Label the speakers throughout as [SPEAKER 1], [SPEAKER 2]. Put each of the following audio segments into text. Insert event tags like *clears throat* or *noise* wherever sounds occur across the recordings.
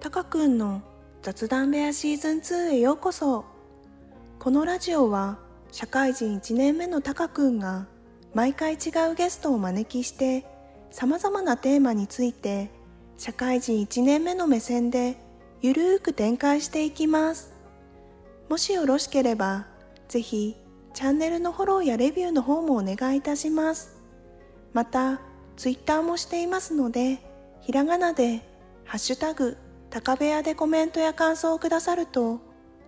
[SPEAKER 1] たかくんの雑談部屋シーズン2へようこそこのラジオは社会人1年目のたかくんが毎回違うゲストをお招きしてさまざまなテーマについて社会人1年目の目線でゆるーく展開していきますもしよろしければぜひチャンネルのフォローやレビューの方もお願いいたしますまたツイッターもしていますのでひらがなで「ハッシュタグ高部屋」でコメントや感想をくださると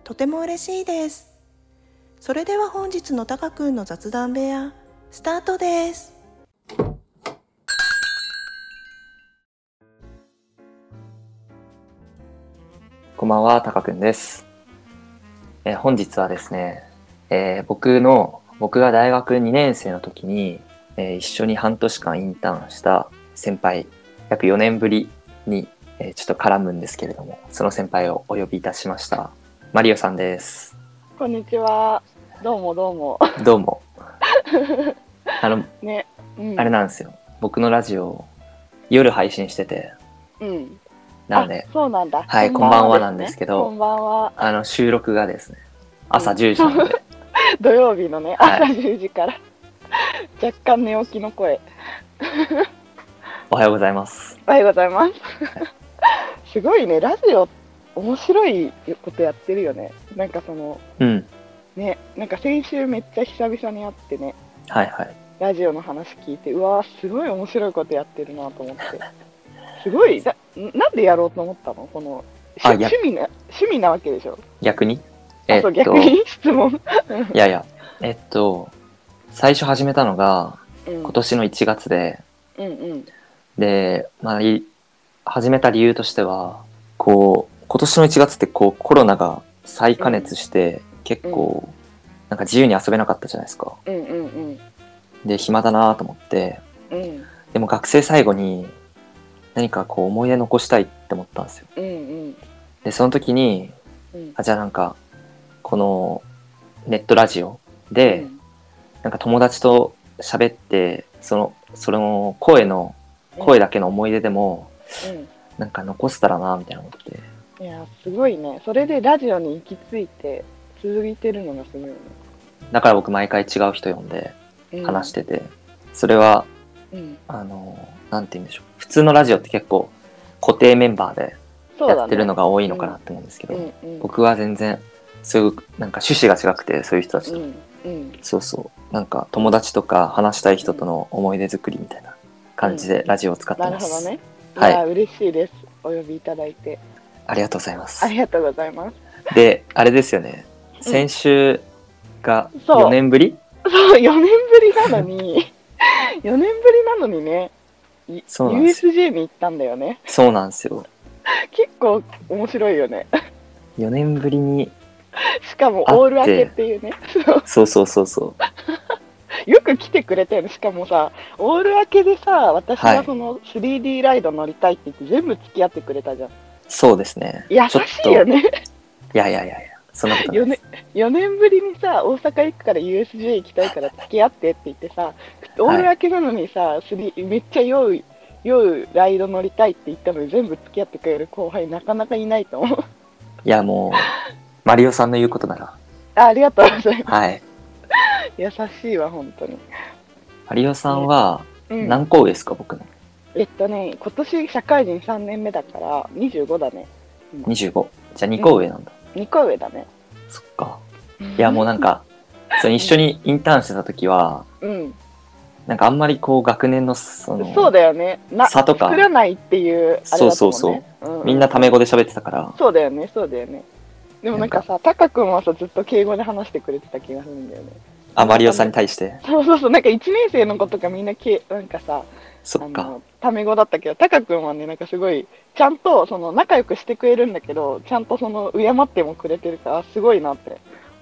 [SPEAKER 1] とても嬉しいですそれでは本日のたかくんの雑談部屋スタートです
[SPEAKER 2] こんばんは、たかくんです。えー本日はですね、えー僕の、僕が大学2年生の時に、えー一緒に半年間インターンした先輩、約4年ぶりに、えーちょっと絡むんですけれども、その先輩をお呼びいたしました。マリオさんです。
[SPEAKER 3] こんにちは。どうもどうも。 *laughs*
[SPEAKER 2] どうも。あの、
[SPEAKER 3] ね。うん、
[SPEAKER 2] あれなんですよ。僕のラジオ、夜配信してて、
[SPEAKER 3] うん。
[SPEAKER 2] なんで
[SPEAKER 3] あ、そうなんだ。
[SPEAKER 2] はいこんばんはなんですけど
[SPEAKER 3] こんばんは。
[SPEAKER 2] あの、収録がですね、朝10時なので、
[SPEAKER 3] 土曜日のね、
[SPEAKER 2] はい
[SPEAKER 3] 朝10時から。 *laughs* 若干寝起きの声。
[SPEAKER 2] おはようございます。
[SPEAKER 3] おはようございます。 *laughs* すごいね、ラジオ、面白いことやってるよね。なんかその、
[SPEAKER 2] うん。
[SPEAKER 3] ね、なんか先週めっちゃ久々に会ってね、
[SPEAKER 2] はいはい。
[SPEAKER 3] ラジオの話聞いて、うわー、すごい面白いことやってるなと
[SPEAKER 2] *laughs*
[SPEAKER 3] 思って。すごい、だなんでやろうと思ったのこの、
[SPEAKER 2] あ
[SPEAKER 3] 趣
[SPEAKER 2] や
[SPEAKER 3] 味な、趣味なわけでしょ
[SPEAKER 2] 逆に
[SPEAKER 3] あ
[SPEAKER 2] え
[SPEAKER 3] そう
[SPEAKER 2] っと
[SPEAKER 3] 逆、に質問。
[SPEAKER 2] いやいや、えっと、最初始めたのが
[SPEAKER 3] うん
[SPEAKER 2] 今年の1月で、
[SPEAKER 3] うんうん
[SPEAKER 2] で、まあ、い始めた理由としては、こう、今年の1月ってこうコロナが再加熱して、結構、なんか自由に遊べなかったじゃないですか。
[SPEAKER 3] うんうん
[SPEAKER 2] で、暇だなと思って、
[SPEAKER 3] うんうん
[SPEAKER 2] でも学生最後に何かこう思い出残したいって思ったんですよ。
[SPEAKER 3] うん
[SPEAKER 2] で、その時に、
[SPEAKER 3] うん
[SPEAKER 2] あ、じゃあなんか、このネットラジオで、なんか友達と喋ってそのその声の声だけの思い出でも
[SPEAKER 3] うん
[SPEAKER 2] なんか残せたらなみたいな思って
[SPEAKER 3] いやすごいねそれでラジオに行き着いて続いてるのがすごいよね、
[SPEAKER 2] だから僕毎回違う人呼んで
[SPEAKER 3] うん、
[SPEAKER 2] 話してて、それは
[SPEAKER 3] うん
[SPEAKER 2] あのなんて言うんでしょう普通のラジオって結構固定メンバーで
[SPEAKER 3] そうだね
[SPEAKER 2] やってるのが多いのかなって思うんですけど、
[SPEAKER 3] うんうん
[SPEAKER 2] 僕は全然そういうなんか趣旨が違くてそういう人たち
[SPEAKER 3] う
[SPEAKER 2] と、
[SPEAKER 3] んうん
[SPEAKER 2] そうそうなんか友達とか話したい人との思い出作りみたいな感じでラジオを使って
[SPEAKER 3] なる
[SPEAKER 2] ま
[SPEAKER 3] ほ
[SPEAKER 2] す、
[SPEAKER 3] どね
[SPEAKER 2] はい
[SPEAKER 3] いや嬉しいですお呼びいただいて
[SPEAKER 2] ありがとうございます
[SPEAKER 3] ありがとうございます
[SPEAKER 2] で、あれですよね。
[SPEAKER 3] ん
[SPEAKER 2] 先週が
[SPEAKER 3] そう
[SPEAKER 2] 4年ぶり
[SPEAKER 3] そう4年ぶりなのに
[SPEAKER 2] *laughs*
[SPEAKER 3] 4年ぶりなのにねい
[SPEAKER 2] そうなんです
[SPEAKER 3] USJ に行ったんだよね
[SPEAKER 2] そうなんですよ。
[SPEAKER 3] 結構面白いよね
[SPEAKER 2] 4年ぶりに、
[SPEAKER 3] しかもオール明けっていうね *laughs* そう
[SPEAKER 2] そうそうそうそう。
[SPEAKER 3] よく来てくれたよね、しかもさ、オール明けでさ、私
[SPEAKER 2] は
[SPEAKER 3] が
[SPEAKER 2] い
[SPEAKER 3] その 3D ライド乗りたいって言って、全部付き合ってくれたじゃん。
[SPEAKER 2] そうですね。
[SPEAKER 3] 優
[SPEAKER 2] ちょっ
[SPEAKER 3] し
[SPEAKER 2] と
[SPEAKER 3] いよね。
[SPEAKER 2] いやいやいやいや、そんなことないで
[SPEAKER 3] 4年
[SPEAKER 2] す。
[SPEAKER 3] 4年ぶりにさ、大阪行くから USJ 行きたいから付き合ってって言ってさ、オール明けなのにさ、3めっちゃ酔う、酔うライド乗りたいって言ったのに、全部付き合ってくれる後輩、なかなかいないと
[SPEAKER 2] *laughs*
[SPEAKER 3] 思う。
[SPEAKER 2] いや、もう、マリオさんの言うことなら、
[SPEAKER 3] あありがとうございま
[SPEAKER 2] はい。
[SPEAKER 3] す。優しいわ、本当に。
[SPEAKER 2] マリオさんは
[SPEAKER 3] うん、
[SPEAKER 2] 何個上ですか、僕の。
[SPEAKER 3] えっとね、今年社会人3年目だから、25だね。
[SPEAKER 2] 25。じゃあ2個上なんだ。
[SPEAKER 3] 2個上だね。
[SPEAKER 2] そっか。いや、もうなんか、その一緒にインターンしてた時は、
[SPEAKER 3] うん。
[SPEAKER 2] なんかあんまりこう学年のその、
[SPEAKER 3] そうだよね。な
[SPEAKER 2] 差とか
[SPEAKER 3] 作らないっていうあれだったもんね、
[SPEAKER 2] そうそう
[SPEAKER 3] う
[SPEAKER 2] みんなタメ語で喋ってたから、
[SPEAKER 3] そうだよね、そうだよね。でもなんかさ、タカ君はさ、ずっと敬語で話してくれてた気がするんだよね。
[SPEAKER 2] あ、マリオさんに対して、
[SPEAKER 3] そうそうそう、なんか1年生の子とかみんなけ、なんかさ、
[SPEAKER 2] そ
[SPEAKER 3] あ
[SPEAKER 2] っか。
[SPEAKER 3] の、タメ語だったけど、タカ君はね、なんかすごい、ちゃんと、その、仲良くしてくれるんだけど、ちゃんとその、敬ってもくれてるから、すごいなって。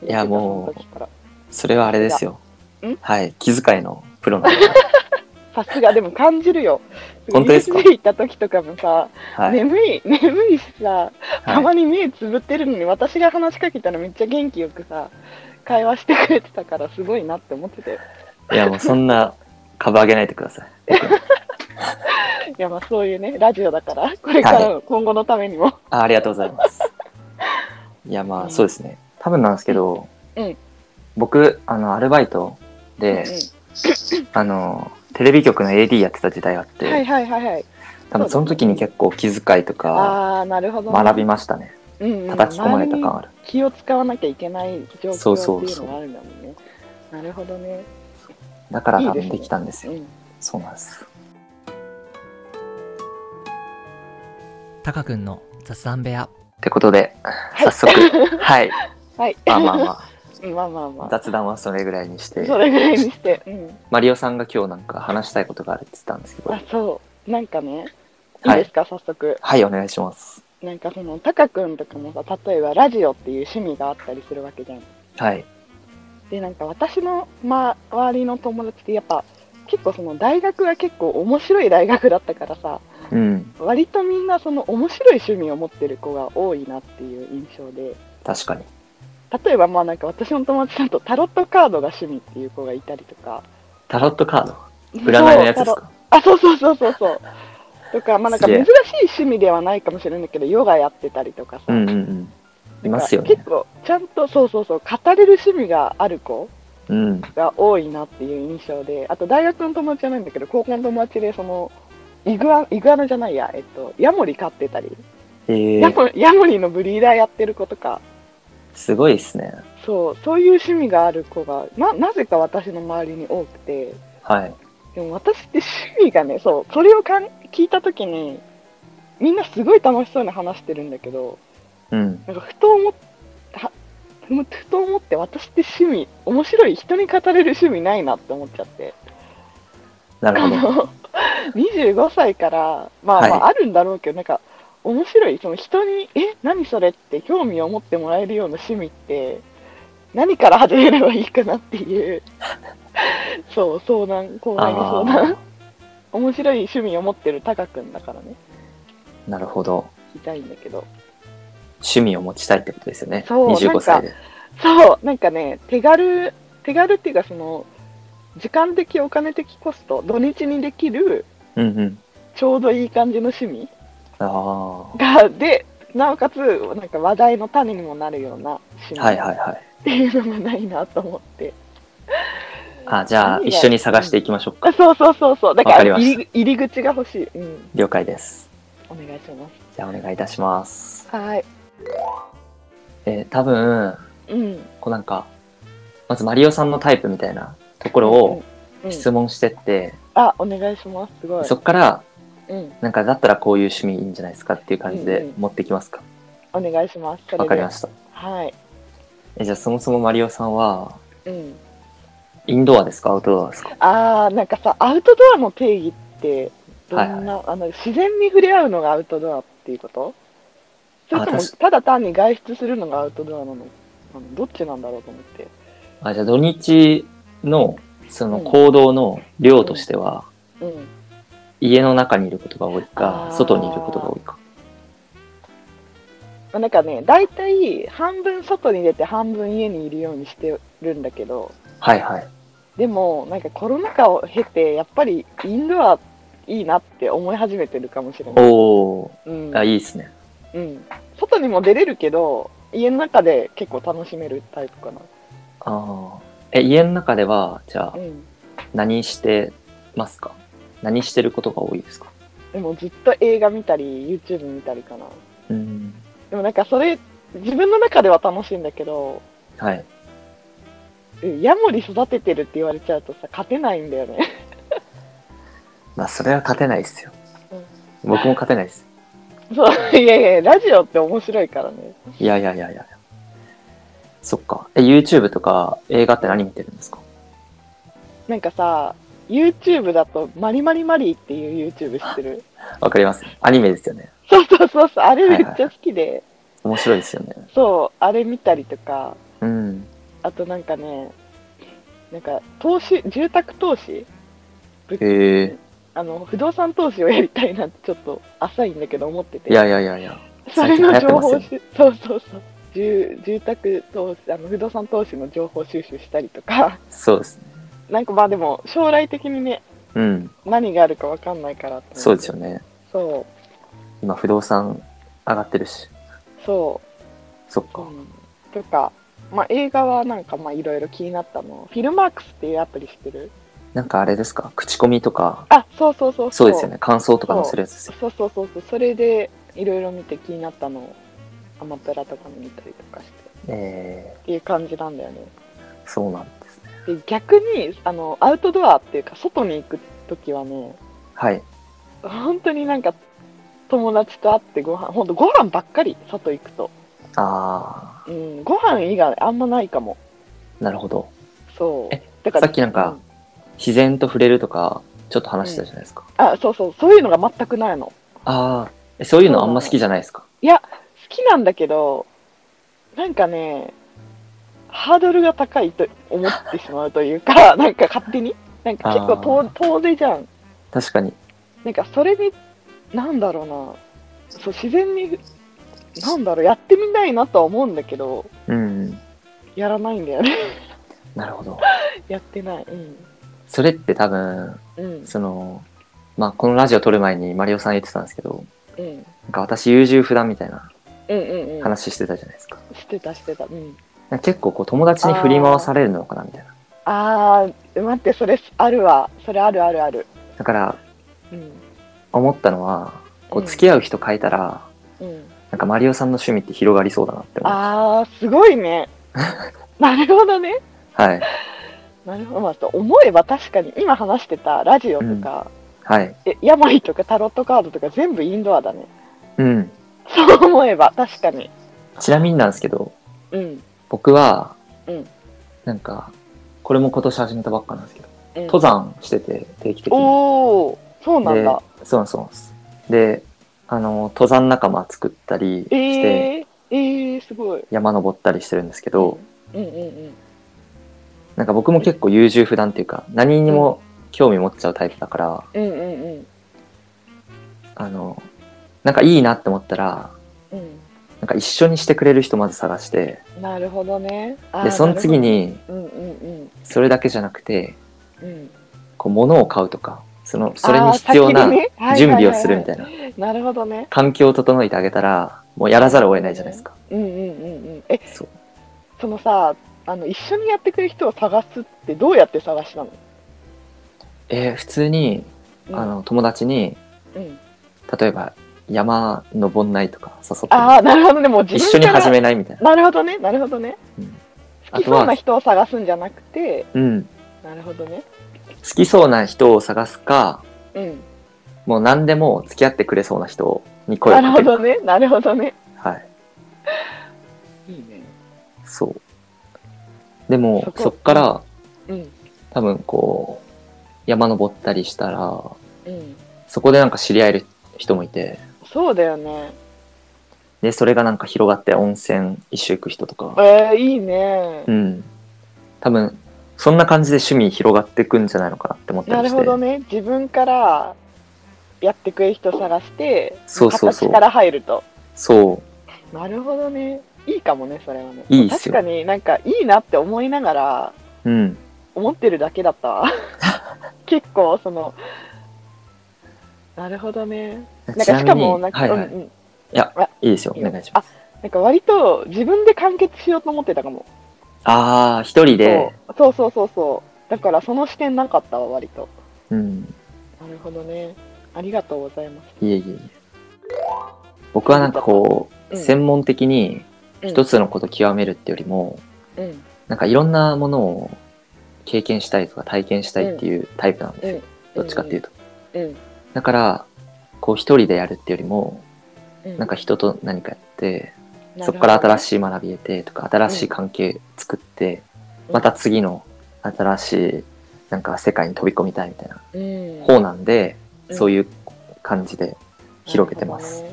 [SPEAKER 2] いやもう
[SPEAKER 3] その時から
[SPEAKER 2] それはあれですよ
[SPEAKER 3] ん。
[SPEAKER 2] はい、気遣いのプロなの
[SPEAKER 3] *laughs*
[SPEAKER 2] で。
[SPEAKER 3] さすが、でも感じるよ。
[SPEAKER 2] 本当
[SPEAKER 3] *laughs*
[SPEAKER 2] ですか
[SPEAKER 3] USJ 行った時とかもさ、
[SPEAKER 2] はい。
[SPEAKER 3] 眠い、眠いしさ、
[SPEAKER 2] はい
[SPEAKER 3] たまに目つぶってるのに、私が話しかけたらめっちゃ元気よくさ、会話してくれてたから、すごいなって思ってて。
[SPEAKER 2] いやもうそんな株上げないでください。僕
[SPEAKER 3] いやまあそういうねラジオだからこれからの今後のためにも、
[SPEAKER 2] あありがとうござい
[SPEAKER 3] *laughs*
[SPEAKER 2] ます。いや、ま
[SPEAKER 3] う
[SPEAKER 2] あ、
[SPEAKER 3] ん
[SPEAKER 2] そうですね。多分なんですけど、
[SPEAKER 3] うん
[SPEAKER 2] 僕、あの、アルバイトで、あの、テレビ局の AD やってた時代があって、
[SPEAKER 3] うんはいはいはいはい
[SPEAKER 2] 多分その時に結構気遣いとか
[SPEAKER 3] ああーなるほどね、
[SPEAKER 2] 学びましたね。
[SPEAKER 3] うんうん
[SPEAKER 2] 叩き込まれた感ある。
[SPEAKER 3] 気を使わなきゃいけない状
[SPEAKER 2] そうそ
[SPEAKER 3] 況っ
[SPEAKER 2] う
[SPEAKER 3] ていう
[SPEAKER 2] そう
[SPEAKER 3] のがあるんだもんねなるほどね、
[SPEAKER 2] だから多
[SPEAKER 3] い
[SPEAKER 2] 分
[SPEAKER 3] いですね
[SPEAKER 2] できたんです
[SPEAKER 3] う
[SPEAKER 2] よ。
[SPEAKER 3] ん、
[SPEAKER 2] そうなんです。
[SPEAKER 4] タカ君の雑談部屋
[SPEAKER 2] ってことで、早速、
[SPEAKER 3] *laughs*
[SPEAKER 2] はい。
[SPEAKER 3] はい
[SPEAKER 2] まあまあま
[SPEAKER 3] *laughs* うんまあまあま
[SPEAKER 2] あ、
[SPEAKER 3] あ
[SPEAKER 2] 雑談はそれぐらいにして、
[SPEAKER 3] それぐらいにして、うん、
[SPEAKER 2] マリオさんが今日なんか話したいことがあるって言ってたんですけど
[SPEAKER 3] あ、そうなんかねいい
[SPEAKER 2] はい
[SPEAKER 3] ですか、早速
[SPEAKER 2] はい、お願いします。
[SPEAKER 3] なんかそのタカ君とかもさ例えばラジオっていう趣味があったりするわけじゃん
[SPEAKER 2] はい。
[SPEAKER 3] でなんか私のま周りの友達ってやっぱ結構その大学が結構面白い大学だったからさ
[SPEAKER 2] うん、
[SPEAKER 3] 割とみんなその面白い趣味を持ってる子が多いなっていう印象で
[SPEAKER 2] 確かに。
[SPEAKER 3] 例えばまあなんか私の友達だとタロットカードが趣味っていう子がいたりとか
[SPEAKER 2] タロットカード占いのやつです
[SPEAKER 3] そうタロ
[SPEAKER 2] か
[SPEAKER 3] あそうそうそうそうそうとかまあなんか
[SPEAKER 2] すげえ
[SPEAKER 3] 珍しい趣味ではないかもしれないけどヨガやってたりとかさ、
[SPEAKER 2] うんうんうん。いますよ
[SPEAKER 3] なん
[SPEAKER 2] ね
[SPEAKER 3] か。結構ちゃんとそうそうそう語れる趣味がある子
[SPEAKER 2] うん。
[SPEAKER 3] が多いなっていう印象であと大学の友達じゃないんだけど高校の友達でそのイグアイグアナじゃないや、えっと、ヤモリ飼ってたり、
[SPEAKER 2] ええ
[SPEAKER 3] ヤモヤモリのブリーダーやってる子とか
[SPEAKER 2] すごいですね。
[SPEAKER 3] そうそういう趣味がある子がななぜか私の周りに多くて
[SPEAKER 2] はい。
[SPEAKER 3] でも私って趣味がねそうそれをかん聞いた時にみんなすごい楽しそうに話してるんだけど
[SPEAKER 2] うん。
[SPEAKER 3] なんかふと思ったふむふと思って私って趣味面白い人に語れる趣味ないなって思っちゃって
[SPEAKER 2] なる
[SPEAKER 3] あ
[SPEAKER 2] ほど。
[SPEAKER 3] の *laughs* 25歳からまあまあ
[SPEAKER 2] は
[SPEAKER 3] あるんだろうけど、なんか面白いその人に「え何それ?」って興味を持ってもらえるような趣味って何から始めればいいかなっていう *laughs* そう相談後輩に相談
[SPEAKER 2] あ
[SPEAKER 3] 面白い趣味を持ってるタカ君だからね
[SPEAKER 2] あ、なるほど。
[SPEAKER 3] 聞きたいんだけど
[SPEAKER 2] 趣味を持ちたいってことですよね。
[SPEAKER 3] そうなんか
[SPEAKER 2] 25歳で。
[SPEAKER 3] そう、なんかね、手軽、手軽っていうか、その、時間的、お金的コスト、土日にできる、
[SPEAKER 2] うんうん。
[SPEAKER 3] ちょうどいい感じの趣味
[SPEAKER 2] ああ。は
[SPEAKER 3] が、で、なおかつ、なんか話題の種にもなるような趣
[SPEAKER 2] い
[SPEAKER 3] 味
[SPEAKER 2] はい
[SPEAKER 3] っ
[SPEAKER 2] はい。
[SPEAKER 3] ていうのがないなと思って。
[SPEAKER 2] あじゃあ、
[SPEAKER 3] 何が
[SPEAKER 2] 一緒に探していきましょうか。
[SPEAKER 3] あそうそうそうそう。だか
[SPEAKER 2] わかり
[SPEAKER 3] ら
[SPEAKER 2] ま
[SPEAKER 3] 入
[SPEAKER 2] し
[SPEAKER 3] り、入り口が欲しい。うん。
[SPEAKER 2] 了解です。
[SPEAKER 3] お願いします。
[SPEAKER 2] じゃあ、お願いいたします。
[SPEAKER 3] はい。
[SPEAKER 2] えー、多分、
[SPEAKER 3] うん。
[SPEAKER 2] こうなんか、まずマリオさんのタイプみたいなところを
[SPEAKER 3] うん、うん
[SPEAKER 2] 質問してって、
[SPEAKER 3] あ、お願いします。すごい。
[SPEAKER 2] そっから、
[SPEAKER 3] うん。
[SPEAKER 2] なんか、だったらこういう趣味いいんじゃないですかっていう感じ
[SPEAKER 3] うん
[SPEAKER 2] で
[SPEAKER 3] うん
[SPEAKER 2] 持ってきますか。
[SPEAKER 3] お願いします。それで
[SPEAKER 2] わかりました。
[SPEAKER 3] はい。
[SPEAKER 2] えじゃあ、そもそもマリオさんは、
[SPEAKER 3] うん。
[SPEAKER 2] インドアですかアウトドアですか
[SPEAKER 3] あーなんかさアウトドアの定義ってどんな、あの自然に触れ合うのがアウトドアっていうことそれとも
[SPEAKER 2] あ確
[SPEAKER 3] ただ単に外出するのがアウトドアなのあのどっちなんだろうと思って
[SPEAKER 2] あじゃあ土日のその行動の量としては、
[SPEAKER 3] うん
[SPEAKER 2] 家の中にいることが多いか、
[SPEAKER 3] あー
[SPEAKER 2] 外にいることが多いか
[SPEAKER 3] まあなんかね大体半分外に出て半分家にいるようにしてるんだけど
[SPEAKER 2] はいはい
[SPEAKER 3] でもなんかコロナ禍を経てやっぱりインドアいいなって思い始めてるかもしれない、
[SPEAKER 2] おお
[SPEAKER 3] うん
[SPEAKER 2] あいいですね
[SPEAKER 3] うん、外にも出れるけど家の中で結構楽しめるタイプかな
[SPEAKER 2] ああえ家の中ではじゃあ
[SPEAKER 3] うん
[SPEAKER 2] 何してますか何してることが多いですか
[SPEAKER 3] でもずっと映画見たり YouTube 見たりかな
[SPEAKER 2] うん
[SPEAKER 3] でもなんかそれ自分の中では楽しいんだけど
[SPEAKER 2] はい
[SPEAKER 3] うんヤモリ育ててるって言われちゃうとさ勝てないんだよね *laughs*
[SPEAKER 2] まあそれは勝てないですよ僕も勝てないです
[SPEAKER 3] そういやいやラジオって面白いからね
[SPEAKER 2] いやいやいやいやそっかえ YouTube とか映画って何見てるんですか
[SPEAKER 3] なんかさ YouTube だとマリマリマリーっていう YouTube 知ってる
[SPEAKER 2] わかりますアニメですよね
[SPEAKER 3] そうそうそうそうあれめっちゃ好きで、
[SPEAKER 2] 面白いですよね
[SPEAKER 3] そうあれ見たりとか
[SPEAKER 2] うん
[SPEAKER 3] あとなんかねなんか投資住宅投資
[SPEAKER 2] へえ
[SPEAKER 3] あの不動産投資をやりたいなってちょっと浅いんだけど思ってて
[SPEAKER 2] いやいやいやいや。
[SPEAKER 3] それの情報
[SPEAKER 2] 最
[SPEAKER 3] 収そうそうそう住住宅投資あの不動産投資の情報収集したりとか *laughs*
[SPEAKER 2] そうですね。
[SPEAKER 3] なんかまあでも将来的にね
[SPEAKER 2] うん、
[SPEAKER 3] 何があるかわかんないからって
[SPEAKER 2] そうですよね。
[SPEAKER 3] そう
[SPEAKER 2] 今、不動産上がってるし。
[SPEAKER 3] そ
[SPEAKER 2] そっ
[SPEAKER 3] う、
[SPEAKER 2] か
[SPEAKER 3] う。ん、とか、まあ、映画はなんかまあいろいろ気になったのフィルマークスっていうアプリ知ってる
[SPEAKER 2] なんかあれですか口コミとか、
[SPEAKER 3] あそうそうそう
[SPEAKER 2] そうですよね。感想とか載せるやつですよ。
[SPEAKER 3] そうそうそうそうそれでいろいろ見て気になったのをアマプラとかに見たりとかして
[SPEAKER 2] え
[SPEAKER 3] っていう感じなんだよね
[SPEAKER 2] ー、そうなんですね。
[SPEAKER 3] で逆にあのアウトドアっていうか外に行く時はね
[SPEAKER 2] はい。
[SPEAKER 3] 本当になんか友達と会ってご飯本当ご飯ばっかり外行くと、
[SPEAKER 2] あ
[SPEAKER 3] うん、ご飯以外あんまないかも
[SPEAKER 2] ー、なるほど。
[SPEAKER 3] そう
[SPEAKER 2] え
[SPEAKER 3] だから
[SPEAKER 2] さっきなんか
[SPEAKER 3] う
[SPEAKER 2] 自然と触れるとか、ちょっと話してたじゃないですか。
[SPEAKER 3] あそうそうそういうのが全くないの
[SPEAKER 2] あーえ、そういうのあんま好きじゃないですか。
[SPEAKER 3] いや好きなんだけどなんかねハードルが高いと思ってしまうとい
[SPEAKER 2] *laughs*
[SPEAKER 3] うかなんか勝手になんか結構
[SPEAKER 2] あ
[SPEAKER 3] 遠遠出じゃん
[SPEAKER 2] 確かに。
[SPEAKER 3] なんかそれに、なんだろうな、そう自然に、なんだろう、やってみたいなとは思うんだけど、
[SPEAKER 2] うん。
[SPEAKER 3] やらないんだよね。 *laughs*
[SPEAKER 2] なるほど。
[SPEAKER 3] やってない。うん。
[SPEAKER 2] それって多分、
[SPEAKER 3] うん。
[SPEAKER 2] その、まあ、このラジオ撮る前にマリオさん言ってたんですけど、
[SPEAKER 3] うん。
[SPEAKER 2] なんか私優柔不断みたいな
[SPEAKER 3] うんうんうん。
[SPEAKER 2] 話してたじゃないですか。
[SPEAKER 3] してた、してた。うん。
[SPEAKER 2] なんか結構こう友達に振り回されるのかなみたいな。
[SPEAKER 3] あー、待って、それあるわ。それあるあるある。
[SPEAKER 2] だから
[SPEAKER 3] うん。
[SPEAKER 2] 思ったのは、こ
[SPEAKER 3] う
[SPEAKER 2] うん付き合う人書いたら、
[SPEAKER 3] うん。
[SPEAKER 2] なんかマリオさんの趣味って広がりそうだなって思う。
[SPEAKER 3] あー、すごい
[SPEAKER 2] *laughs*
[SPEAKER 3] ね。なるほどね。
[SPEAKER 2] はい。
[SPEAKER 3] なるほど。まあ、と思えば確かに、今話してたラジオとか、
[SPEAKER 2] はい。
[SPEAKER 3] え病とかタロットカードとか全部インドアだね。 *laughs*
[SPEAKER 2] うん。
[SPEAKER 3] そう思えば、確かに。
[SPEAKER 2] ちなみになんですけど、
[SPEAKER 3] うん。
[SPEAKER 2] 僕は、
[SPEAKER 3] うん
[SPEAKER 2] なんか、これも今年始めたばっかなんですけど、
[SPEAKER 3] うん
[SPEAKER 2] 登山してて定期的に。
[SPEAKER 3] おおそうなん
[SPEAKER 2] で
[SPEAKER 3] だ、
[SPEAKER 2] そうなんですそうなんです。で、あの、登山仲間作ったりして、
[SPEAKER 3] えー、えー、すごい
[SPEAKER 2] 山登ったりしてるんですけど、
[SPEAKER 3] うんうんうん
[SPEAKER 2] なんか僕も結構優柔不断っていうか、何にも興味持っちゃうタイプだから、
[SPEAKER 3] うんうんうん
[SPEAKER 2] あの、なんかいいなって思ったら、
[SPEAKER 3] う
[SPEAKER 2] なんか一緒にしてくれる人まず探して、
[SPEAKER 3] んなるほどねあー
[SPEAKER 2] で、その次
[SPEAKER 3] なる
[SPEAKER 2] に、
[SPEAKER 3] ほどうんうん
[SPEAKER 2] それだけじゃなくて、
[SPEAKER 3] うんうん
[SPEAKER 2] こう、物を買うとか、その、それに必要
[SPEAKER 3] あ
[SPEAKER 2] な
[SPEAKER 3] ー先にねはいはいはいはい
[SPEAKER 2] 準備をするみたいな、
[SPEAKER 3] なるほどね
[SPEAKER 2] 環境を整えてあげたら、もうやらざるを得ないじゃないですか。
[SPEAKER 3] うんうんうんうんえ
[SPEAKER 2] そう。
[SPEAKER 3] そのさあの一緒にやってくれる人を探すってどうやって探したの、
[SPEAKER 2] えー普通に、
[SPEAKER 3] うん、
[SPEAKER 2] あの、友達に、
[SPEAKER 3] うん、
[SPEAKER 2] 例えば、山登んないとか誘っ
[SPEAKER 3] ああなるほどねもう
[SPEAKER 2] て、
[SPEAKER 3] 自
[SPEAKER 2] 一緒
[SPEAKER 3] 分
[SPEAKER 2] に
[SPEAKER 3] から
[SPEAKER 2] 始めないみたいな。
[SPEAKER 3] なるほどねなるほどね、
[SPEAKER 2] うん
[SPEAKER 3] 好きそうな人を探すんじゃなくて
[SPEAKER 2] うん。
[SPEAKER 3] なるほどね
[SPEAKER 2] 好きそうな人を探すか、
[SPEAKER 3] うん
[SPEAKER 2] もう何でも付き合ってくれそうな人に声を
[SPEAKER 3] なる
[SPEAKER 2] か
[SPEAKER 3] ほ
[SPEAKER 2] ける。
[SPEAKER 3] どねなるほどね
[SPEAKER 2] はい。
[SPEAKER 3] いいね
[SPEAKER 2] そう。でも
[SPEAKER 3] そ、こ
[SPEAKER 2] そっから、
[SPEAKER 3] うん
[SPEAKER 2] 多分こう、山登ったりしたら、
[SPEAKER 3] うん
[SPEAKER 2] そこでなんか知り合える人もいて、
[SPEAKER 3] そうだよね。
[SPEAKER 2] で、それがなんか広がって温泉一周行く人とか、
[SPEAKER 3] えー、いいね
[SPEAKER 2] う。ん。多分、そんな感じで趣味広がっていくんじゃないのかなって思った
[SPEAKER 3] な
[SPEAKER 2] り
[SPEAKER 3] る
[SPEAKER 2] して。
[SPEAKER 3] ほどね。自分からやってくれる人探して、
[SPEAKER 2] そうそうそう
[SPEAKER 3] 形から入ると。
[SPEAKER 2] そう。
[SPEAKER 3] なるほどね。いいかもね、それはね。
[SPEAKER 2] いいっすよ
[SPEAKER 3] 確かになんかいいなって思いながら、
[SPEAKER 2] うん。
[SPEAKER 3] 思ってるだけだった
[SPEAKER 2] *laughs*
[SPEAKER 3] わ。結構、その、なるほどね。なん
[SPEAKER 2] ち
[SPEAKER 3] か
[SPEAKER 2] な
[SPEAKER 3] し
[SPEAKER 2] み
[SPEAKER 3] か
[SPEAKER 2] に、
[SPEAKER 3] も、なんか、
[SPEAKER 2] はいはい、
[SPEAKER 3] うんうん
[SPEAKER 2] いいですよ。
[SPEAKER 3] いい
[SPEAKER 2] お
[SPEAKER 3] よ
[SPEAKER 2] 願いします。
[SPEAKER 3] なんか割と自分で完結しようと思ってたかも。
[SPEAKER 2] ああー、一人で、
[SPEAKER 3] そうそうそうそうそう。だからその視点なかったわ、割と。
[SPEAKER 2] うん。
[SPEAKER 3] なるほどね。ありがとうございます。
[SPEAKER 2] いえいえいえ。僕はなんかこう、
[SPEAKER 3] うん
[SPEAKER 2] 専門的に一
[SPEAKER 3] つ、
[SPEAKER 2] つのことを極めるってよりも、
[SPEAKER 3] うんうん
[SPEAKER 2] なんかいろんなものを経験したいとか体験したいっていうタイプなんですよ。どっちかっていうと。
[SPEAKER 3] うん
[SPEAKER 2] だから、こう一人でやるってよりも、
[SPEAKER 3] うん、
[SPEAKER 2] なんか人と何かやって、
[SPEAKER 3] なるほどね、
[SPEAKER 2] そこから新
[SPEAKER 3] い
[SPEAKER 2] しい学び得てとか、新しい関係作って、また次の新しいなんか世界に飛び込みたいみたいな方なんで、そういう感じで広げてます。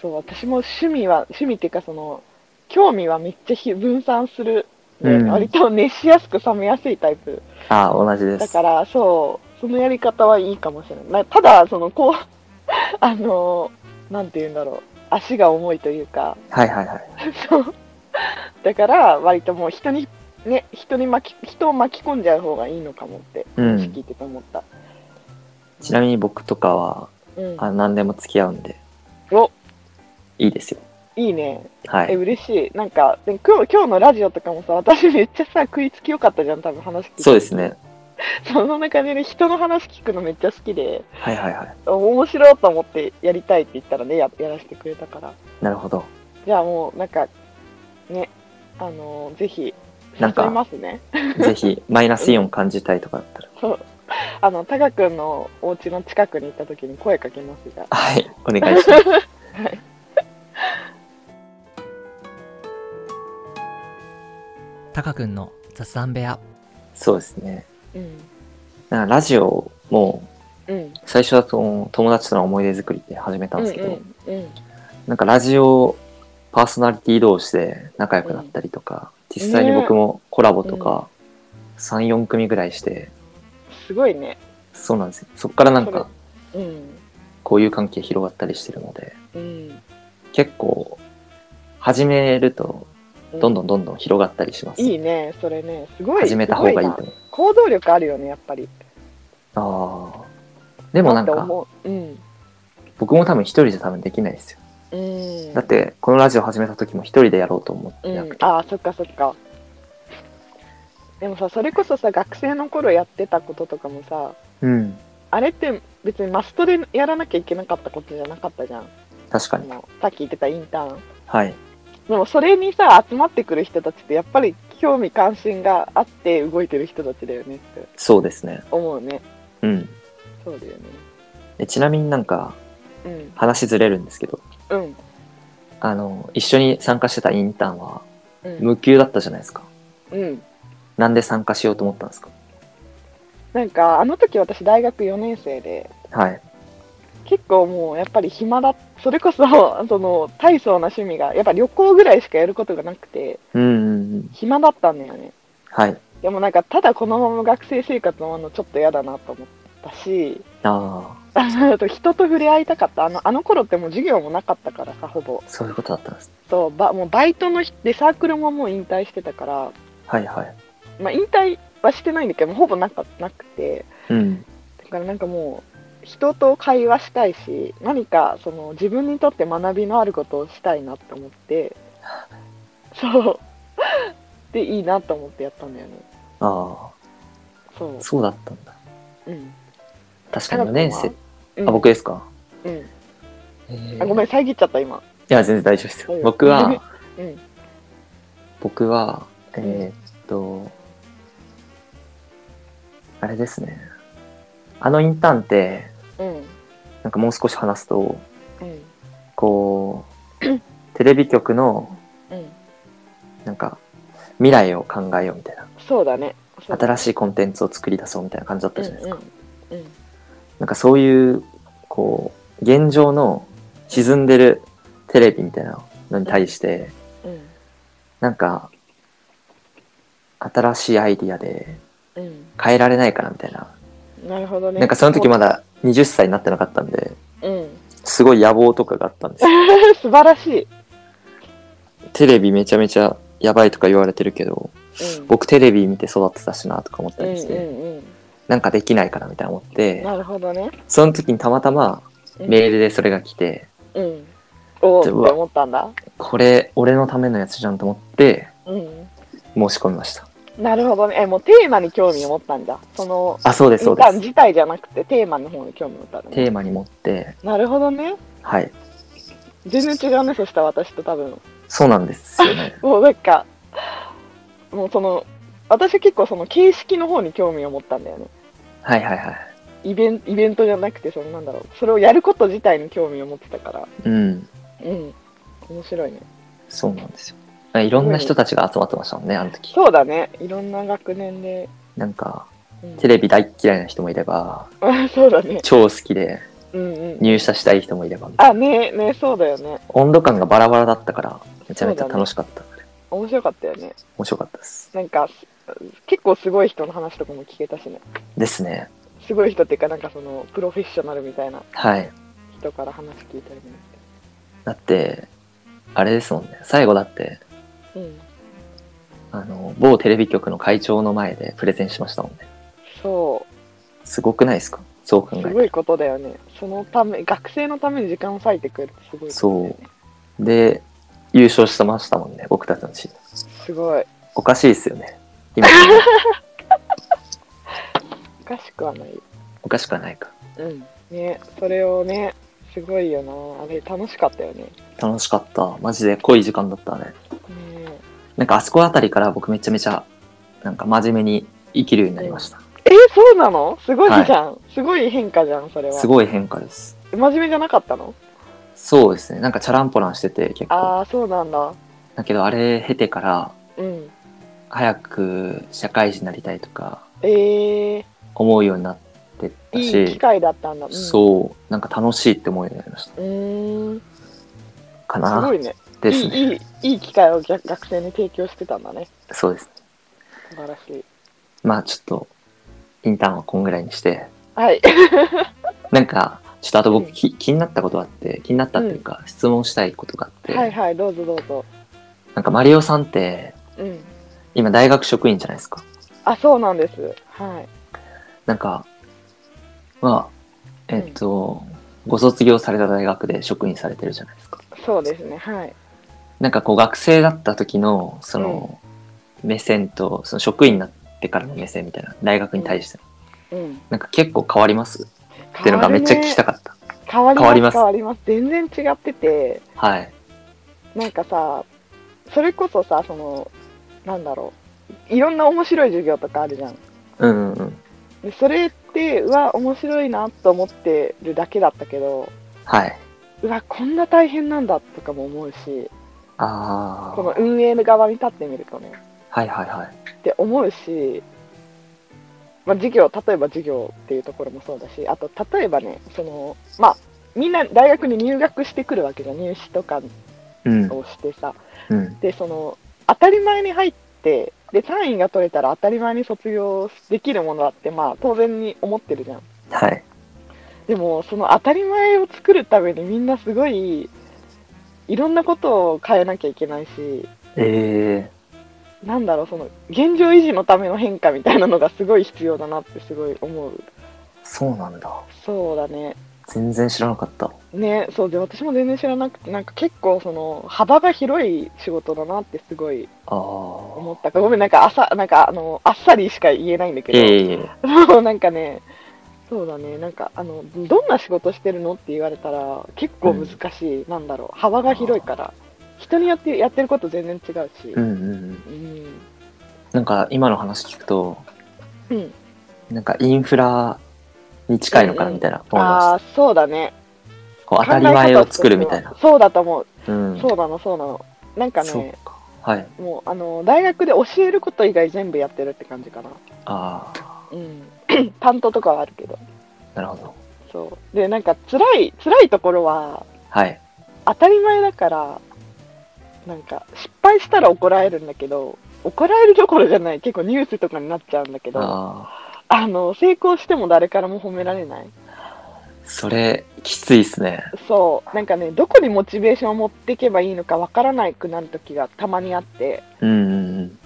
[SPEAKER 3] そう私も趣味は趣味っていうかその興味はめっちゃひ分散する、ね
[SPEAKER 2] うん
[SPEAKER 3] 割と熱しやすく冷めやすいタイプ
[SPEAKER 2] ああ、同じで
[SPEAKER 3] だ
[SPEAKER 2] す。
[SPEAKER 3] からそうそのやり方はいいかもしれないなただそのこう *laughs* あのなんて言うんだろう足が重いというか
[SPEAKER 2] はいはいはい。
[SPEAKER 3] そうだから割ともう人にね人に巻き人を巻き込んじゃう方がいいのかもって
[SPEAKER 2] うん
[SPEAKER 3] 聞いてて思った、
[SPEAKER 2] ちなみに僕とかは、
[SPEAKER 3] うん、
[SPEAKER 2] あ何でも付き合うんで、
[SPEAKER 3] お
[SPEAKER 2] いいですよ。
[SPEAKER 3] いいね
[SPEAKER 2] は
[SPEAKER 3] *laughs* え
[SPEAKER 2] い。
[SPEAKER 3] 嬉しいなんかでも今日今日のラジオとかもさ私めっちゃさ食いつきよかったじゃん多分話聞いて
[SPEAKER 2] そうですね。
[SPEAKER 3] その中でね人の話聞くのめっちゃ好きで
[SPEAKER 2] はいはいはい。
[SPEAKER 3] 面白いと思ってやりたいって言ったらねややらせてくれたから
[SPEAKER 2] なるほど。
[SPEAKER 3] じゃあもうなんかねあのーぜひ
[SPEAKER 2] なんか
[SPEAKER 3] 誘いますね
[SPEAKER 2] ぜひ、マイナスイオン感じたいとかだったら。
[SPEAKER 3] そうあのタカ君のお家の近くに行った時に声かけますじゃあ
[SPEAKER 2] はい。お願いし *laughs* ます。
[SPEAKER 4] タカ君の雑談部屋
[SPEAKER 2] そうですね。
[SPEAKER 3] うん
[SPEAKER 2] なんかラジオも、
[SPEAKER 3] うん
[SPEAKER 2] 最初はと友達との思い出作りって始めたんですけど、
[SPEAKER 3] うんうんうん
[SPEAKER 2] なんかラジオパーソナリティ同士で仲良くなったりとか、実際に僕もコラボとか、3、4組ぐらいして、
[SPEAKER 3] すごいね
[SPEAKER 2] そうなんですよ。そっからなんか、
[SPEAKER 3] うん
[SPEAKER 2] こういう関係広がったりしてるので、
[SPEAKER 3] うん
[SPEAKER 2] 結構、始めると、
[SPEAKER 3] う
[SPEAKER 2] どんどんどんどん広がったりします。
[SPEAKER 3] いいねそれねすごい
[SPEAKER 2] 始めた方がいい
[SPEAKER 3] す
[SPEAKER 2] と
[SPEAKER 3] ごな行動力あるよねやっぱり
[SPEAKER 2] 思う。ああ。でもなん
[SPEAKER 3] だって
[SPEAKER 2] か、
[SPEAKER 3] 思ううん
[SPEAKER 2] 僕も多分一人じゃ多分できないですよ。
[SPEAKER 3] うん
[SPEAKER 2] だって、このラジオ始めた時も一人でやろうと思って
[SPEAKER 3] う
[SPEAKER 2] なく
[SPEAKER 3] ん
[SPEAKER 2] て、、
[SPEAKER 3] ああそっかそっかでもさそれこそさ学生の頃やってたこととかもさ
[SPEAKER 2] うん。
[SPEAKER 3] あれって別にマストでやらなきゃいけなかったことじゃなかったじゃん
[SPEAKER 2] 確か
[SPEAKER 3] あ
[SPEAKER 2] に。
[SPEAKER 3] のさっき言ってたインターン
[SPEAKER 2] はい。
[SPEAKER 3] でもそれにさ集まってくる人たちってやっぱり興味関心があって動いてる人たちだよねって
[SPEAKER 2] そうですね。
[SPEAKER 3] 思うね
[SPEAKER 2] うん。
[SPEAKER 3] そうだよね
[SPEAKER 2] でちなみになんか、話ずれるんですけど、
[SPEAKER 3] うんうん
[SPEAKER 2] あの、一緒に参加してたインターンは、
[SPEAKER 3] うん
[SPEAKER 2] 無給だったじゃないですか。
[SPEAKER 3] うん
[SPEAKER 2] なんで参加しようと思ったんですか
[SPEAKER 3] なんかあの時私大学4年生で
[SPEAKER 2] はい。
[SPEAKER 3] 結構もうやっぱり暇だそれこそ *laughs* その大層な趣味がやっぱ旅行ぐらいしかやることがなくて
[SPEAKER 2] うんうんうん。
[SPEAKER 3] 暇だったんだよね
[SPEAKER 2] はい。
[SPEAKER 3] でもなんかただこのまま学生生活のままのちょっと嫌だなと思ったし *laughs*
[SPEAKER 2] あ
[SPEAKER 3] あと人と触れ合いたかったあのあの頃ってもう授業もなかったからさほぼ
[SPEAKER 2] あ、そういうことだったんです。
[SPEAKER 3] そうばもうバイトのでサークルももう引退してたから、
[SPEAKER 2] はいはい。
[SPEAKER 3] まあ、引退はしてないんだけどもうほぼなかなくて
[SPEAKER 2] うん。
[SPEAKER 3] だからなんかもう人と会話したいし何かその自分にとって学びのあることをしたいなと思ってそうでいいなと思ってやったんだよね
[SPEAKER 2] あ
[SPEAKER 3] そう
[SPEAKER 2] あ、そうだったんだ。
[SPEAKER 3] うん
[SPEAKER 2] 確かに4年
[SPEAKER 3] 高野
[SPEAKER 2] 生
[SPEAKER 3] 君。うん
[SPEAKER 2] あ、僕ですか、
[SPEAKER 3] うん
[SPEAKER 2] え
[SPEAKER 3] あごめ
[SPEAKER 2] ん。
[SPEAKER 3] ん遮っちゃった今
[SPEAKER 2] いや、全然大丈夫です
[SPEAKER 3] 大丈
[SPEAKER 2] よ。
[SPEAKER 3] 夫
[SPEAKER 2] 僕は、
[SPEAKER 3] うん
[SPEAKER 2] 僕は、えーっと、あれですね。あのインターンって、
[SPEAKER 3] うん
[SPEAKER 2] なんかもう少し話すと、
[SPEAKER 3] うん
[SPEAKER 2] こ
[SPEAKER 3] *coughs*
[SPEAKER 2] う、テレビ局の、
[SPEAKER 3] うん
[SPEAKER 2] なんか、未来を考えようみたいな。
[SPEAKER 3] そうだねそう
[SPEAKER 2] 新しいコンテンツを作り出そうみたいな感じだったじゃないですか。
[SPEAKER 3] うんうん
[SPEAKER 2] なんかそういう、こう、現状の沈んでるテレビみたいなのに対して、
[SPEAKER 3] うん
[SPEAKER 2] なんか、新しいアイディアで
[SPEAKER 3] うん
[SPEAKER 2] 変えられないかなみたいな。
[SPEAKER 3] うんなるほどね
[SPEAKER 2] なんかその時まだ20歳になってなかったんで、
[SPEAKER 3] うん *laughs*
[SPEAKER 2] すごい野望とかがあったんですよ。
[SPEAKER 3] 素晴らしい、
[SPEAKER 2] テレビめちゃめちゃやばいとか言われてるけど、
[SPEAKER 3] うん、
[SPEAKER 2] 僕テレビ見て育ってたしなとか思った
[SPEAKER 3] うん
[SPEAKER 2] りして、
[SPEAKER 3] うんう
[SPEAKER 2] なんかできないかなみたいな思っ
[SPEAKER 3] ん
[SPEAKER 2] て、
[SPEAKER 3] なるほどね
[SPEAKER 2] その時にたまたま
[SPEAKER 3] うん
[SPEAKER 2] メールでそれが来て、
[SPEAKER 3] うんおおって
[SPEAKER 2] うわ
[SPEAKER 3] 思ったんだ
[SPEAKER 2] これ俺のためのやつじゃんと思って
[SPEAKER 3] うん
[SPEAKER 2] 申し込みました。
[SPEAKER 3] なるほどねえもうテーマに興味を持ったんだその
[SPEAKER 2] あ、そうです、そ
[SPEAKER 3] み
[SPEAKER 2] うで
[SPEAKER 3] かん
[SPEAKER 2] す。
[SPEAKER 3] 自体じゃなくてテーマの方に興味を持ったんだね
[SPEAKER 2] テーマに持って、
[SPEAKER 3] なるほどね
[SPEAKER 2] はい。
[SPEAKER 3] 全然違うねそしたら私と多分
[SPEAKER 2] そうなんですよ
[SPEAKER 3] *laughs*
[SPEAKER 2] ね。
[SPEAKER 3] もうなんかもうその私は結構その形式の方に興味を持ったんだよね
[SPEAKER 2] はいはいはい。
[SPEAKER 3] イベンイベントじゃなくてそのなんだろうそれをやること自体に興味を持ってたから
[SPEAKER 2] うん。
[SPEAKER 3] うん面白いね
[SPEAKER 2] そうなんですよ。いろんな人たちが集まってましたもんね、あの時。
[SPEAKER 3] そうだねいろんな学年で、
[SPEAKER 2] なんか、
[SPEAKER 3] うん
[SPEAKER 2] テレビ大っ嫌いな人もいれば、
[SPEAKER 3] *laughs* そうだね
[SPEAKER 2] 超好きで
[SPEAKER 3] うんうん
[SPEAKER 2] 入社したい人もいれば、
[SPEAKER 3] あねねそうだよね
[SPEAKER 2] 温度感がバラバラだったから、めちゃめちゃ楽しかった。
[SPEAKER 3] 面白かったよね
[SPEAKER 2] 面白かったです。
[SPEAKER 3] なんかす結構すごい人の話とかも聞けたしね
[SPEAKER 2] ですね。
[SPEAKER 3] すごい人っていうかなんかそのプロフェッショナルみたいな
[SPEAKER 2] はい。
[SPEAKER 3] 人から話聞いたりも
[SPEAKER 2] だって、あれですもんね。最後だって、
[SPEAKER 3] してうん
[SPEAKER 2] あの、某テレビ局の会長の前でプレゼンしましたもんね。
[SPEAKER 3] そ
[SPEAKER 2] すごくないですか
[SPEAKER 3] う
[SPEAKER 2] そう考
[SPEAKER 3] す
[SPEAKER 2] え
[SPEAKER 3] ごいことだよね。そのため、学生のために時間を割いてくれるってすごいことだよね。
[SPEAKER 2] た。で、優勝してましたもんね、僕たちのチーム。
[SPEAKER 3] すごい。
[SPEAKER 2] おかしいですよね。今、
[SPEAKER 3] *laughs* おかしくはない。
[SPEAKER 2] おかしくはないか。
[SPEAKER 3] うん。ね、それをね、すごいよな。あれ、楽しかったよね。ね
[SPEAKER 2] 楽しかった。マジで濃い時間だったね。
[SPEAKER 3] え
[SPEAKER 2] なんかあそこあたりから僕めちゃめちゃ、なんか真面目に生きるようになりました。
[SPEAKER 3] えそうなのすごいじゃん、すごい変化じゃん、それは。
[SPEAKER 2] すごい変化です。
[SPEAKER 3] 真面目じゃなかったの
[SPEAKER 2] そうですね。なんかチャランポランしてて結構。
[SPEAKER 3] ああ、そうなんだ。
[SPEAKER 2] だけどあれ経てから、
[SPEAKER 3] うん。
[SPEAKER 2] 早く社会人になりたいとか
[SPEAKER 3] ええ
[SPEAKER 2] 思うようになってったし、
[SPEAKER 3] いい機会だったんだ。うん、う。
[SPEAKER 2] そう、なんか楽しいって思うようになりました。
[SPEAKER 3] うーん、す
[SPEAKER 2] かな
[SPEAKER 3] ごいね。
[SPEAKER 2] ですね。
[SPEAKER 3] いいいいいい機会を学学生に提供してたんだね。
[SPEAKER 2] そうです。
[SPEAKER 3] 素晴らしい。
[SPEAKER 2] まあちょっと、インターンはこんぐらいにして、
[SPEAKER 3] はい。
[SPEAKER 2] なんか、ちょっとあと
[SPEAKER 3] う
[SPEAKER 2] 僕
[SPEAKER 3] ん
[SPEAKER 2] き、気になったことがあって、気になったっていうか、質問したいことがあって、
[SPEAKER 3] はいはい、どうぞどうぞ。
[SPEAKER 2] なんかマリオさんって、
[SPEAKER 3] うん。
[SPEAKER 2] 今大学職員じゃないですか。
[SPEAKER 3] あ、そうなんです。はい。
[SPEAKER 2] なんか、まあ、えっと、ご卒業された大学で職員されてるじゃないですか。
[SPEAKER 3] そうですね。はい。
[SPEAKER 2] なんかこう学生だった時のその目線とその職員になってからの目線みたいな大学に対しての
[SPEAKER 3] うん。
[SPEAKER 2] なんか結構変わりますっていうの
[SPEAKER 3] 変わ
[SPEAKER 2] が
[SPEAKER 3] る
[SPEAKER 2] めっ
[SPEAKER 3] ね
[SPEAKER 2] ちゃ聞きたかった。
[SPEAKER 3] 変わり
[SPEAKER 2] 変わり
[SPEAKER 3] ま
[SPEAKER 2] ます
[SPEAKER 3] す。変わります。全然違ってて、
[SPEAKER 2] はい。
[SPEAKER 3] なんかさ、それこそさ、その、なんだろう。いろんな面白い授業とかあるじゃん。
[SPEAKER 2] うんうんうん。
[SPEAKER 3] でそれって、うわ、面白いなと思ってるだけだったけど、
[SPEAKER 2] はい。
[SPEAKER 3] うわ、こんな大変なんだとかも思うし、
[SPEAKER 2] ああ。
[SPEAKER 3] この運営の側に立ってみるとね、
[SPEAKER 2] はいはいはい。
[SPEAKER 3] って思うし、まあ、授業例えば授業っていうところもそうだしあと例えばねその、まあ、みんな大学に入学してくるわけじゃん入試とか
[SPEAKER 2] うん
[SPEAKER 3] をしてさ
[SPEAKER 2] うん
[SPEAKER 3] でその当たり前に入ってで単位が取れたら当たり前に卒業できるものだって、まあ、当然に思ってるじゃん
[SPEAKER 2] はい。
[SPEAKER 3] でもその当たり前を作るためにみんなすごいいろんなことを変えなきゃいけないし
[SPEAKER 2] え
[SPEAKER 3] なんだろうその現状維持のための変化みたいなのがすごい必要だなってすごい思う
[SPEAKER 2] ー、そうなんだ。
[SPEAKER 3] そうだね
[SPEAKER 2] 全然知らなかった。
[SPEAKER 3] ねそうで私も全然知らなくてなんか結構その幅が広い仕事だなってすごい
[SPEAKER 2] あ
[SPEAKER 3] 思
[SPEAKER 2] あ。
[SPEAKER 3] ったごめんなんかあさなんかあのあっさりしか言えないんだけ
[SPEAKER 2] い
[SPEAKER 3] ど、
[SPEAKER 2] えいえいえ。
[SPEAKER 3] もうなんかねそうだねなんかあのどんな仕事してるのって言われたら結構難しい、なんだろう幅が広いから人によってやってること全然違うし
[SPEAKER 2] うんうんうん。
[SPEAKER 3] うん
[SPEAKER 2] なんか今の話聞くと、
[SPEAKER 3] うん、
[SPEAKER 2] なんかインフラに近いのかなみたいな思いまし
[SPEAKER 3] あ
[SPEAKER 2] た。
[SPEAKER 3] あそうだね
[SPEAKER 2] こう当たり前を作るみたいな。
[SPEAKER 3] そうだと思
[SPEAKER 2] う
[SPEAKER 3] う、
[SPEAKER 2] ん。
[SPEAKER 3] そうなのそうなのなんか
[SPEAKER 2] そう
[SPEAKER 3] ね
[SPEAKER 2] か。はい。
[SPEAKER 3] もうあの大学で教えること以外全部やってるって感じかな
[SPEAKER 2] ああ。
[SPEAKER 3] うん *clears throat* 担当とかはあるけど
[SPEAKER 2] なるほど。
[SPEAKER 3] そうでなんか辛い辛いところは
[SPEAKER 2] はい。
[SPEAKER 3] 当たり前だからなんか失敗したら怒られるんだけど怒られるどころじゃない結構ニュースとかになっちゃうんだけどあ
[SPEAKER 2] ああ、
[SPEAKER 3] の成功しても誰からも褒められない
[SPEAKER 2] それ、きついっすね。
[SPEAKER 3] そうなんかねどこにモチベーションを持っていけばいいのかわからなくなる時がたまにあって
[SPEAKER 2] うんうん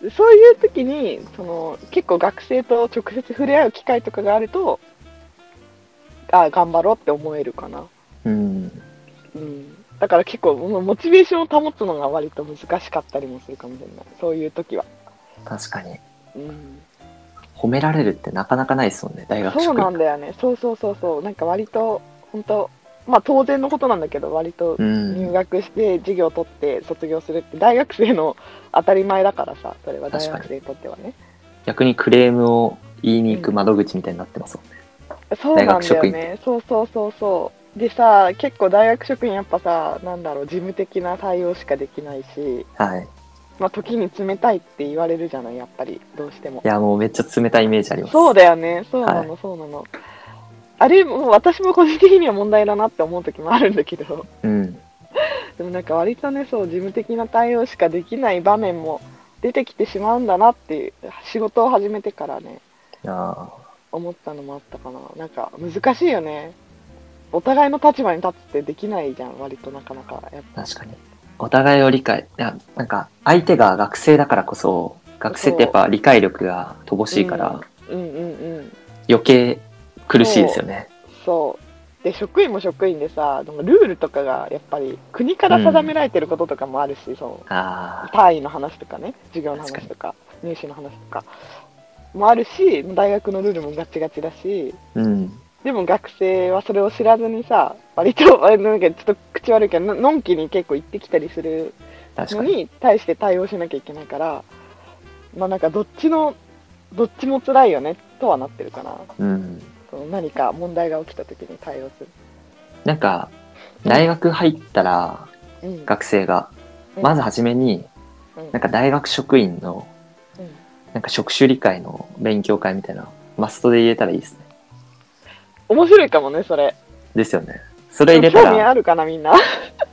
[SPEAKER 2] うん。
[SPEAKER 3] そういう時にその結構学生と直接触れ合う機会とかがあるとあ頑張ろうって思えるかな、
[SPEAKER 2] うん。
[SPEAKER 3] うん、だから結構もうモチベーションを保つのが割と難しかったりもするかもしれないそういう時は、
[SPEAKER 2] 確かに。
[SPEAKER 3] うん、
[SPEAKER 2] 褒められるってなかなかないっすもんね、大学
[SPEAKER 3] そう
[SPEAKER 2] 職
[SPEAKER 3] なん
[SPEAKER 2] 員。
[SPEAKER 3] だよねそうそうそうそうなんか割と本当まあ当然のことなんだけど割と
[SPEAKER 2] うん。
[SPEAKER 3] 入学して授業取って卒業するって大学生の当たり前だからさそれは大
[SPEAKER 2] 確かに
[SPEAKER 3] 学生にとってはね
[SPEAKER 2] 逆にクレームを言いに行く窓口みたいになってますもんね。
[SPEAKER 3] そうなんだよ
[SPEAKER 2] 大学職員
[SPEAKER 3] ね。そうそうそうそう。でさ、結構大学職員やっぱさ、なんだろう、事務的な対応しかできないし、
[SPEAKER 2] はい。
[SPEAKER 3] まあ時に冷たいって言われるじゃない、やっぱり、どうしても
[SPEAKER 2] い。や、もうめっちゃ冷たいイメージあります。
[SPEAKER 3] そうだよね、そうなの、
[SPEAKER 2] は
[SPEAKER 3] そうなの。あれ、もう私も個人的には問題だなって思う時もあるんだけど、 *laughs*
[SPEAKER 2] うん。
[SPEAKER 3] でもなんか割とね、そう、事務的な対応しかできない場面も出てきてしまうんだなって、仕事を始めてからね、
[SPEAKER 2] ああ。
[SPEAKER 3] 思ったのもあったかななんか難しいよねお互いの立場に立つってできないじゃん割となかなかやっぱ
[SPEAKER 2] 確かに。お互いを理解。いや、なんか、相手が学生だからこそ、学生ってやっぱ理解力が乏しいから、
[SPEAKER 3] うんうんうん
[SPEAKER 2] 余計苦しいですよね。
[SPEAKER 3] そうで職員も職員でさでもルールとかがやっぱり国から定められてることとかもあるし、その
[SPEAKER 2] ああ、
[SPEAKER 3] 単位の話とかね授業の話とか入試の話とかもあるし大学のルールもガチガチだし
[SPEAKER 2] うん。
[SPEAKER 3] でも学生はそれを知らずにさ割とあれなんかちょっと口悪いけどののんきに結構行ってきたりする
[SPEAKER 2] 確
[SPEAKER 3] の
[SPEAKER 2] かに。
[SPEAKER 3] に対して対応しなきゃいけないからまあなんかどっちのどっちも辛いよねとはなってるかな
[SPEAKER 2] うん。
[SPEAKER 3] その何か問題が起きた時に対応する。
[SPEAKER 2] なんか、大学入ったら、
[SPEAKER 3] うん
[SPEAKER 2] 学生が、まずはじめに、
[SPEAKER 3] うん
[SPEAKER 2] なんか大学職員の、
[SPEAKER 3] うん
[SPEAKER 2] なんか職種理解の勉強会みたいな、マストで入れたらいいですね。
[SPEAKER 3] 面白いかもね、それ。
[SPEAKER 2] ですよね。それ入れた
[SPEAKER 3] 興味
[SPEAKER 2] ら、
[SPEAKER 3] あるかな、みんな。 *laughs*
[SPEAKER 2] い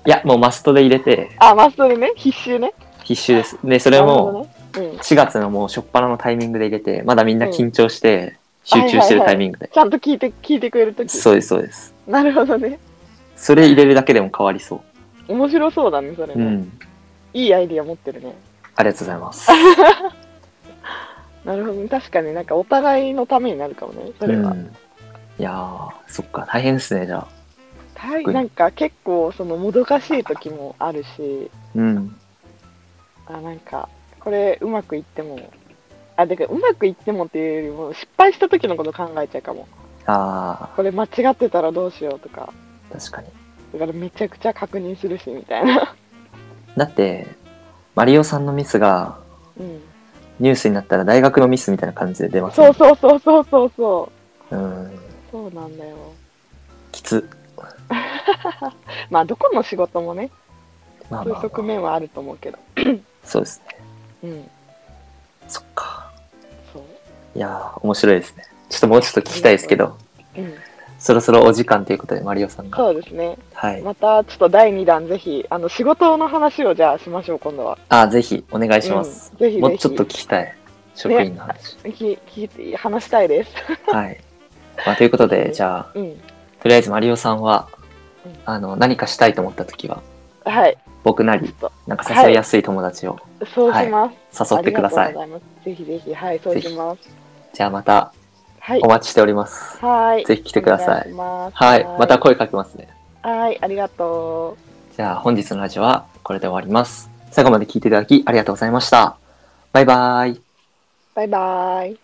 [SPEAKER 2] や、もうマストで入れて、
[SPEAKER 3] あ、マストでね、必修ね。
[SPEAKER 2] 必修です。で、そ
[SPEAKER 3] そ
[SPEAKER 2] れも、
[SPEAKER 3] うん、
[SPEAKER 2] 4月のもう初っ端のタイミングで入れて、まだみんな緊張して、集中してるタイミングで。
[SPEAKER 3] ちゃんと聞いて、聞いてくれるとき。
[SPEAKER 2] そうです、そうです。
[SPEAKER 3] なるほどね。
[SPEAKER 2] それ入れるだけでも変わりそ
[SPEAKER 3] 面白そうだね、それ
[SPEAKER 2] う。う
[SPEAKER 3] ね。
[SPEAKER 2] ん。
[SPEAKER 3] いいアイディア持ってるね。
[SPEAKER 2] ありがとうございます。
[SPEAKER 3] なるほど、ね、確かになんかお互いのためになるかもね、それは。
[SPEAKER 2] うん、いやー、そっか、大変ですね、じゃあ。
[SPEAKER 3] たい
[SPEAKER 2] うん
[SPEAKER 3] なんか結構、その、もどかしい時もあるし、
[SPEAKER 2] うん。
[SPEAKER 3] あ、なんか、これ、うまくいっても、あ、だからうまくいってもっていうよりも、失敗した時のこと考えちゃうかも。
[SPEAKER 2] あ
[SPEAKER 3] これ間違ってたらどうしようとか。
[SPEAKER 2] ー、確かに。
[SPEAKER 3] だからめちゃくちゃ確認するしみたいな。
[SPEAKER 2] だって、マリオさんのミスが、
[SPEAKER 3] うん、
[SPEAKER 2] ニュースになったら大学のミスみたいな感じで出ます、。
[SPEAKER 3] *laughs* そうそうそうそうそうそう
[SPEAKER 2] うん。
[SPEAKER 3] うなんだよ。
[SPEAKER 2] きつ。
[SPEAKER 3] まあどこの仕事もね
[SPEAKER 2] まあ
[SPEAKER 3] そうい
[SPEAKER 2] ま
[SPEAKER 3] う
[SPEAKER 2] あ、
[SPEAKER 3] 側面はあると思うけど。
[SPEAKER 2] そうですね。
[SPEAKER 3] うん、
[SPEAKER 2] そっか。
[SPEAKER 3] そう。
[SPEAKER 2] いやー、面白いですね。ちょっともうちょっと聞きたいですけど、
[SPEAKER 3] うん、
[SPEAKER 2] そろそろお時間ということで、マリオさんが。
[SPEAKER 3] そうですね。
[SPEAKER 2] はい。
[SPEAKER 3] またちょっと第2弾ぜひあの仕事の話をじゃあしましょう今度は。
[SPEAKER 2] あー、ぜひ、お願いします。
[SPEAKER 3] うんぜひぜひ
[SPEAKER 2] もうちょっと聞きたい。職員の話。
[SPEAKER 3] き聞いて話したいです。
[SPEAKER 2] はい。まあ、ということで、じゃあ、
[SPEAKER 3] うん、
[SPEAKER 2] とりあえずマリオさんは
[SPEAKER 3] うん、
[SPEAKER 2] あの、何かしたいと思った時は、
[SPEAKER 3] はい。
[SPEAKER 2] 僕な
[SPEAKER 3] ちょっ
[SPEAKER 2] り、
[SPEAKER 3] と
[SPEAKER 2] なんか誘いやすい友達を
[SPEAKER 3] そうします。
[SPEAKER 2] 誘ってくださ
[SPEAKER 3] あ
[SPEAKER 2] い。
[SPEAKER 3] りがとうございます。ぜひぜひはいそうします。
[SPEAKER 2] じゃあまた
[SPEAKER 3] はい
[SPEAKER 2] お。待ちしております。
[SPEAKER 3] はい。
[SPEAKER 2] ぜひ来てください
[SPEAKER 3] お願し
[SPEAKER 2] はい。また
[SPEAKER 3] は
[SPEAKER 2] 声かけますね。
[SPEAKER 3] はいありがと
[SPEAKER 2] じゃあ本日のラジオはこれで終わります。最後まで聞いていただきありがとうございました。バイバイ。
[SPEAKER 3] う。バイバイ。